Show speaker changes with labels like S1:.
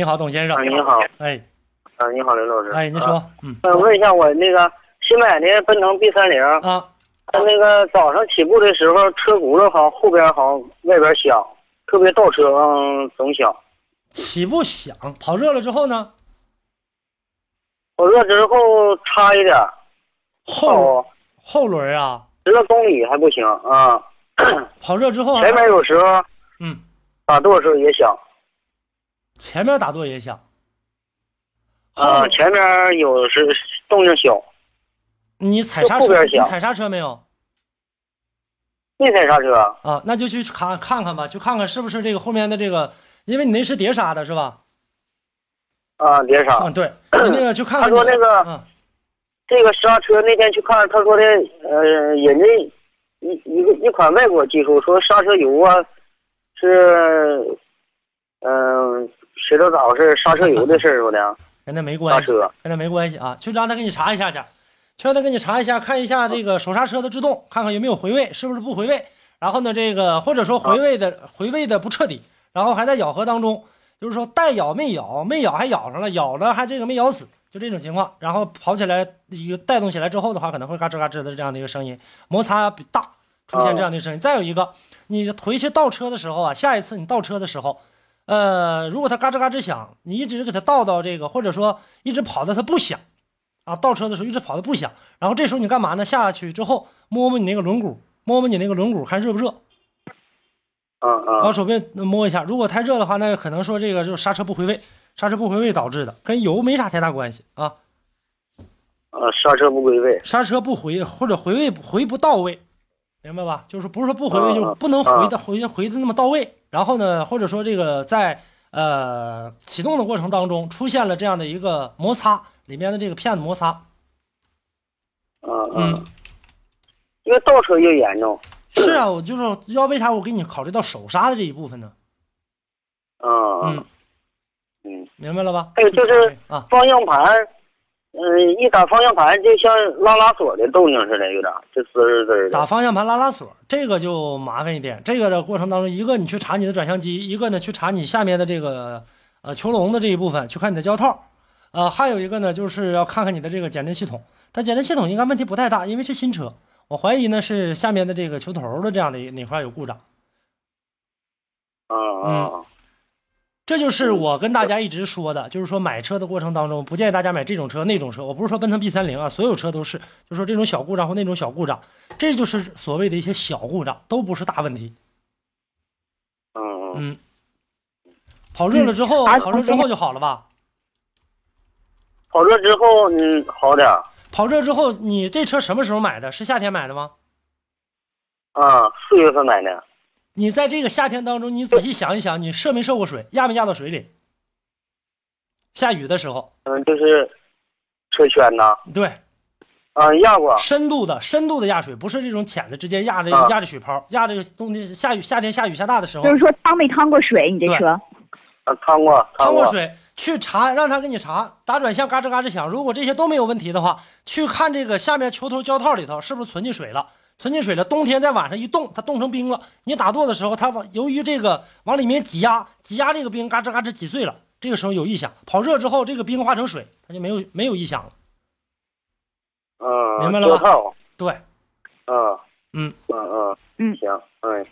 S1: 你好，董先生
S2: 啊，。您好，
S1: 哎
S2: 啊，您好，刘老师。
S1: 哎，您
S2: 啊。
S1: 说，嗯
S2: 呃，问一下我那个新买的奔腾 B 三零，
S1: 啊，
S2: 它那个早上起步的时候，车轱辘好像后边好像外边响，特别倒车，嗯，总响。
S1: 起步响，跑热了之后呢，
S2: 我热之后差一点，
S1: 后
S2: 到
S1: 后轮啊，
S2: 十来公里还不行啊。
S1: 跑热之后啊，
S2: 前面有时候
S1: 嗯，
S2: 打舵的时候也响
S1: 前面打舵也响，后
S2: 啊，前面有时动静小，
S1: 你踩刹
S2: 就后
S1: 车，
S2: 边
S1: 你
S2: 响
S1: 踩刹车没有
S2: 没踩刹车。
S1: 啊？那就去看看看吧，去看看是不是这个后面的这个，因为你那是碟刹的是吧？
S2: 啊，碟刹
S1: 嗯，。对，你那个去看看
S2: 他
S1: 你后。
S2: 说那个
S1: 嗯，
S2: 这个刹车那天去看，他说的，呃，人家一一个一款外国技术说刹车油啊是，嗯、谁知道咋回事？刹车油的事儿，我的。啊
S1: 跟那没关系，
S2: 刹车
S1: 跟那没关系啊，去让他给你查一下去，去让他给你查一下，看一下这个手刹车的制动，看看有没有回位，是不是不回位。然后呢，这个或者说回位的、回位的不彻底，然后还在咬合当中，就是说带咬没咬，没咬还咬上了，咬了还这个没咬死，就这种情况。然后跑起来，一个带动起来之后的话，可能会嘎吱嘎吱的这样的一个声音，摩擦比大出现这样的声音。再有一个，你回去倒车的时候啊，下一次你倒车的时候，呃，如果它嘎吱嘎吱响，你一直给它倒到这个，或者说一直跑到它不响，啊，倒车的时候一直跑到不响，然后这时候你干嘛呢？下去之后摸摸你那个轮毂，摸摸你那个轮毂，看热不热，
S2: 嗯
S1: 然后
S2: 嗯
S1: 手边摸一下，如果太热的话，那可能说这个就是刹车不回位，刹车不回位导致的，跟油没啥太大关系啊，
S2: 嗯，刹车不归位。
S1: 刹车不回或者回位回不到位，明白吧？就是不是说不回位，
S2: 嗯
S1: 就是不能回的回回的那么到位。然后呢，或者说这个在呃启动的过程当中出现了这样的一个摩擦，里面的这个片子摩擦，
S2: 嗯嗯，越倒车越严重。
S1: 是啊，我就是要为啥我给你考虑到手刹的这一部分呢？
S2: 嗯
S1: 嗯
S2: 嗯，嗯，
S1: 明白了吧？
S2: 还有就是
S1: 啊，
S2: 方向盘，嗯、一打方向盘就像拉拉锁的动静似的，有点儿就滋儿滋儿
S1: 打
S2: 的。
S1: 方向盘拉拉锁，这个就麻烦一点。这个的过程当中，一个你去查你的转向机，一个呢去查你下面的这个呃球笼的这一部分，去看你的胶套，呃，还有一个呢就是要看看你的这个减震系统。但减震系统应该问题不太大，因为是新车，我怀疑呢是下面的这个球头的这样的哪块有故障。
S2: 嗯嗯
S1: 这就是我跟大家一直说的，就是说买车的过程当中，不建议大家买这种车、那种车。我不是说奔腾 B 三零啊，所有车都是，就说这种小故障或那种小故障，这就是所谓的一些小故障，都不是大问题。
S2: 嗯嗯，
S1: 嗯，跑热了之后，
S3: 嗯
S1: 跑热之后就好了吧？
S2: 跑车之后嗯好点儿。
S1: 跑热之后，你这车什么时候买的？是夏天买的吗？
S2: 啊，四月份买的，
S1: 你在这个夏天当中，你仔细想一想，你涉没涉过水，压没压到水里？下雨的时候，
S2: 嗯，就是车圈呐，
S1: 对，
S2: 啊，压过，
S1: 深度的深度的压水，不是这种浅的，直接压着
S2: 啊
S1: 压着水泡，压这个冬天下雨夏天下雨下大的时候
S3: 就是，说趟没趟过水？你这车
S2: 啊，趟过，
S1: 趟
S2: 过
S1: 过，水去查，让他给你查打转向嘎吱嘎吱响。如果这些都没有问题的话，去看这个下面球头胶套里头是不是存进水了。存进水了，冬天在晚上一冻，它冻成冰了。你打舵的时候，它往由于这个往里面挤压，挤压这个冰嘎吱嘎吱挤碎了，这个时候有异响。跑热之后，这个冰化成水，它就没有没有异响了。
S2: 嗯，
S1: 明白了吧
S2: 多套，
S1: 对，
S2: 嗯
S1: 嗯
S2: 嗯嗯，
S3: 嗯
S2: 行，嗯，